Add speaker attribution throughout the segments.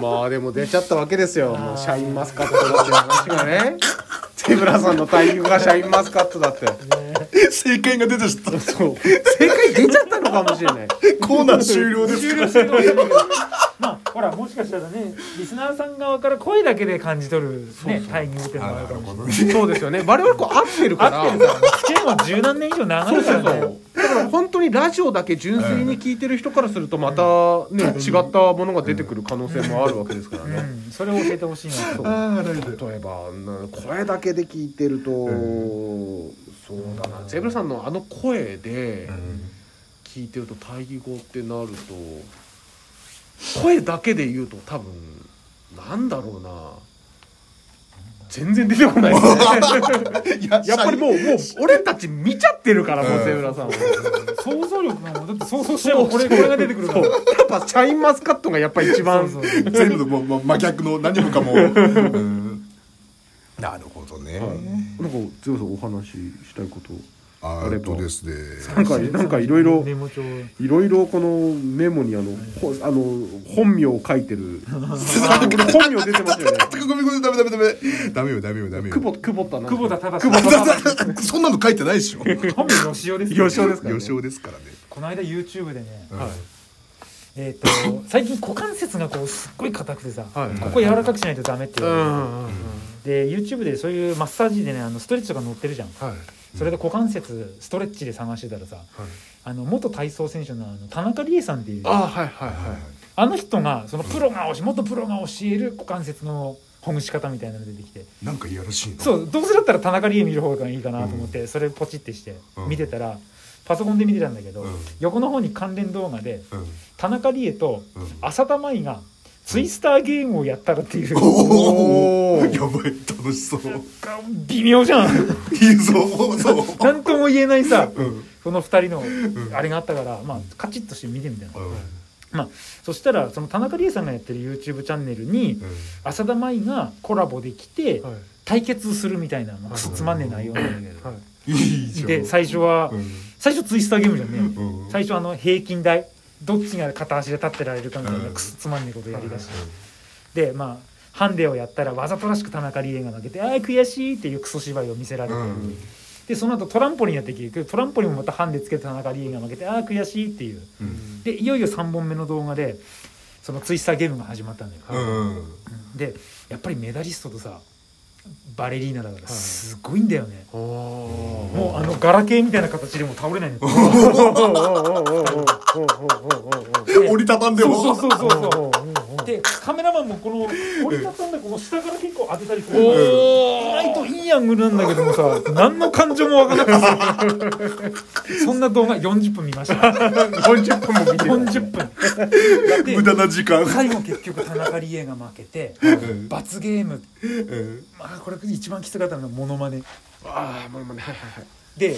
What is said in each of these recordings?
Speaker 1: まあでも出ちゃったわけですよもうシャインマスカットだっていう話がね手村さんのタイミングがシャインマスカットだって
Speaker 2: 正解が出てした
Speaker 1: そう正解出ちゃったのかもしれない
Speaker 2: コーナー終了 です
Speaker 3: 終了してるわけだけどまあほらもしかしたらねリスナーさん側から声だけで感じ取るねタイミングっていうのもあるかもしれない
Speaker 1: そうですよね我々こう合ってるから
Speaker 3: 合ってるからね付き合いも十何年以上長いからね
Speaker 1: だから本当にラジオだけ純粋に聞いてる人からするとまたね違ったものが出てくる可能性もあるわけですからね
Speaker 3: うんそれを教えてほしいなと
Speaker 2: ああライブ
Speaker 1: 例えばあんな声だけで聞いてるとそうだなゼブラさんのあの声で聞いてると対義語ってなると声だけで言うと多分なんだろうな全然出て こないですね
Speaker 2: いや
Speaker 1: やっぱりもうもう俺たち見ちゃってるからも
Speaker 2: う
Speaker 1: うんゼブラ さんは。
Speaker 3: 想像力がもうだって想像してもこれこれが出てくるから
Speaker 1: そうやっぱシャインマスカットがやっぱ一番
Speaker 3: そうそう
Speaker 2: 全部もうもう真逆の何もかも、うんなるほどね、
Speaker 1: なんか剛さんお話ししたいこと
Speaker 2: あ
Speaker 1: あ
Speaker 2: ー
Speaker 1: れ
Speaker 2: えっ
Speaker 1: ば
Speaker 2: とですね
Speaker 1: なんかなんかいろいろ
Speaker 3: メモ帳メ
Speaker 1: いろいろこのメモにあの、ほあの本名を書いて る本名出てますよね
Speaker 2: ごめんごめんダメダメダメダメよダメよダメよ
Speaker 1: 久保久保田なん
Speaker 3: 久保田
Speaker 1: た
Speaker 3: 忠
Speaker 1: 久保田
Speaker 3: 久
Speaker 1: 忠
Speaker 2: そんなの書いてないでしょ
Speaker 3: 本名よしおですよ
Speaker 1: よしおですからね
Speaker 2: 予想ですからね
Speaker 3: この間 YouTube でね
Speaker 1: はい
Speaker 3: えーと最近股関節がこうすっごい硬くてさ
Speaker 1: はい
Speaker 3: ここ柔らかくしないとダメっていうう、
Speaker 1: んうん
Speaker 3: で YouTube でそういうマッサージでねあのストレッチとか載ってるじゃん
Speaker 1: はい
Speaker 3: それで股関節ストレッチで探してたらさ、あの元体操選手のあの田中理恵さんっていう
Speaker 1: あはいはいはい
Speaker 3: あの人がそのプロが教え元プロが教える股関節のほぐし方みたいなの出てきて
Speaker 2: なんかいやらしいの
Speaker 3: そうどうせだったら田中理恵見る方がいいかなと思って、それポチってして
Speaker 2: うん
Speaker 3: 見てたら、パソコンで見てたんだけど、
Speaker 2: うん
Speaker 3: 横の方に関連動画で
Speaker 2: うん
Speaker 3: 田中理恵と
Speaker 2: うん
Speaker 3: 浅田舞がツイスターゲームをやったらっていう、
Speaker 2: おお やばい楽しそう
Speaker 3: 微妙じゃ ん
Speaker 2: いいぞそう
Speaker 3: なんとも言えないさ
Speaker 2: うんうん
Speaker 3: その2人のあれがあったから、まあ、カチッとして見てみたいな、まあ、そしたらその田中理恵さんがやってる YouTube チャンネルに浅田舞がコラボできて
Speaker 1: はい
Speaker 3: 対決するみたいな、まあ、
Speaker 1: はい
Speaker 3: つまんねえ内容なんだけど、
Speaker 1: はい
Speaker 2: いいじゃん
Speaker 3: で最初は、
Speaker 2: うん
Speaker 3: 最初ツイスターゲームじゃんね、
Speaker 2: うん
Speaker 3: 最初あの平均台どっちが片足で立ってられるかみたいな
Speaker 2: うん
Speaker 3: くすつまんねえことやりだして、でまあハンデをやったらわざとらしく田中理恵が負けて「ああ悔しい」っていうクソ芝居を見せられて、
Speaker 2: うん
Speaker 3: でその後トランポリンやってきてトランポリンもまたハンデつけて田中理恵が負けて「ああ悔しい」っていう
Speaker 2: うん
Speaker 3: でいよいよ3本目の動画でそのツイスターゲームが始まったんだよ、
Speaker 2: うん
Speaker 3: でやっぱりメダリストとさバレリーナだからすごいんだよね、
Speaker 1: おーお
Speaker 3: もうあのガラケーみたいな形でもう倒れ ないの
Speaker 1: ーおーおーおーおーおーおーおーおーおー
Speaker 2: で折りたたんでも
Speaker 3: そうそうそうそう
Speaker 1: おー
Speaker 3: でカメラマンもこの折りたたんだこの下から結構当てたりする
Speaker 1: お
Speaker 3: 意
Speaker 1: ー
Speaker 3: 外といいアングルなんだけどもさ何の感情もわからなくてさ そんな動画40分見ました
Speaker 1: 40分も見てる
Speaker 3: 40分で
Speaker 2: 無駄な時間
Speaker 3: 最後結局田中理恵が負けて
Speaker 2: ん
Speaker 3: 罰ゲーム
Speaker 2: うん
Speaker 3: まあこれ一番きつかったのがモノマネ
Speaker 1: ああまあまあねはいはいはい
Speaker 3: で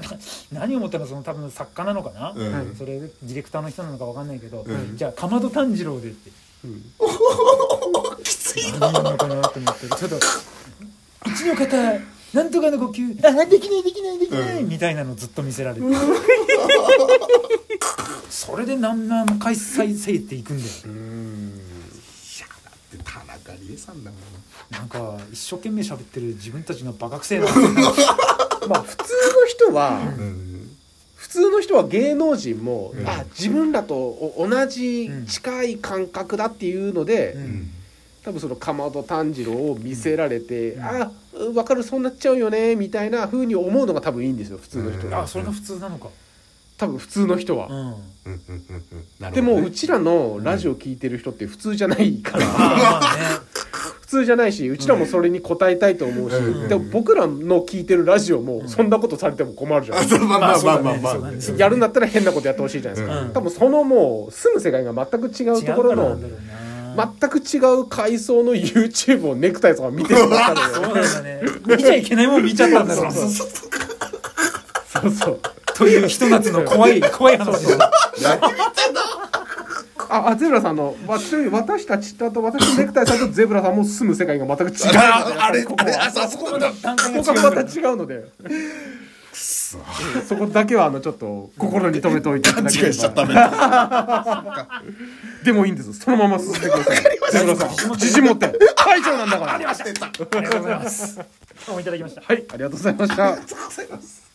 Speaker 3: な何を思ったのその多分作家なのかな、
Speaker 2: うん
Speaker 3: それディレクターの人なのかわかんないけど、
Speaker 2: うん
Speaker 3: じゃあかまど炭治郎でって
Speaker 1: うん
Speaker 2: きつい
Speaker 3: 何なのかなと思ってちょっとうちの方なんとかの呼吸あできないできないできない、
Speaker 2: うん
Speaker 3: みたいなのずっと見せられて それで何万回再生っていくんだよ
Speaker 1: うん
Speaker 2: いやだって田中理恵さんだもん
Speaker 3: なんか一生懸命喋ってる自分たちがバカくせえな
Speaker 1: まあ普通の人は
Speaker 2: うん
Speaker 1: 普通の人は芸能人も、
Speaker 2: うん
Speaker 1: あ自分らとお同じ近い感覚だっていうので、
Speaker 3: うん
Speaker 2: うん
Speaker 1: 多分そのかまど炭治郎を見せられて、
Speaker 3: うん
Speaker 1: あ分かるそうなっちゃうよねみたいな風に思うのが多分いいんですよ普通の人は、
Speaker 3: あそれが普通なのか
Speaker 1: 多分普通の人は、
Speaker 3: うん
Speaker 2: うんうんうんうんなるほどね
Speaker 1: でもうちらのラジオ聞いてる人って普通じゃないから、
Speaker 3: あまあね
Speaker 1: 普通じゃないしうちらもそれに応えたいと思うし、
Speaker 2: うん
Speaker 1: でも僕らの聞いてるラジオもそんなことされても困るじゃん、
Speaker 2: そうまあまあまあまあまあ
Speaker 3: まあそうだねそうだね
Speaker 1: やるんだったら変なことやってほしいじゃないですか、
Speaker 3: うん
Speaker 1: 多分そのもう住む世界が全く違う ところ
Speaker 3: 違う
Speaker 1: の
Speaker 3: んだろうな
Speaker 1: 全く違う階層の YouTube をネクタイさんが見てるんだった
Speaker 3: そう
Speaker 1: の
Speaker 3: な
Speaker 1: よ
Speaker 3: んだね見ちゃいけないもん見ちゃったんだろう
Speaker 1: そう
Speaker 3: な
Speaker 1: そうそう
Speaker 3: というひと夏の怖い怖い話だ
Speaker 1: ああゼブラさんのわちなみに私たちとあと私とネクタイさんとゼブラさんも住む世界が全く違う
Speaker 2: ああれ
Speaker 1: ここ
Speaker 2: あれ
Speaker 1: は
Speaker 2: あそこなんだ
Speaker 3: 段階が違
Speaker 1: ここ
Speaker 3: う
Speaker 1: が
Speaker 3: んだ
Speaker 1: また違うので
Speaker 2: そ
Speaker 1: そこだけはあのちょっと心に留めておいていた
Speaker 2: 勘
Speaker 1: だ
Speaker 2: 違い
Speaker 1: ければ
Speaker 2: しちゃったみたいな
Speaker 1: でもいいんですそのまま進んでくださいゼブラさん自信持って会長なんだから
Speaker 2: 出た
Speaker 3: ありがとうございます。どうもいただきました。
Speaker 1: はいありがとうございました
Speaker 2: ありがとうございます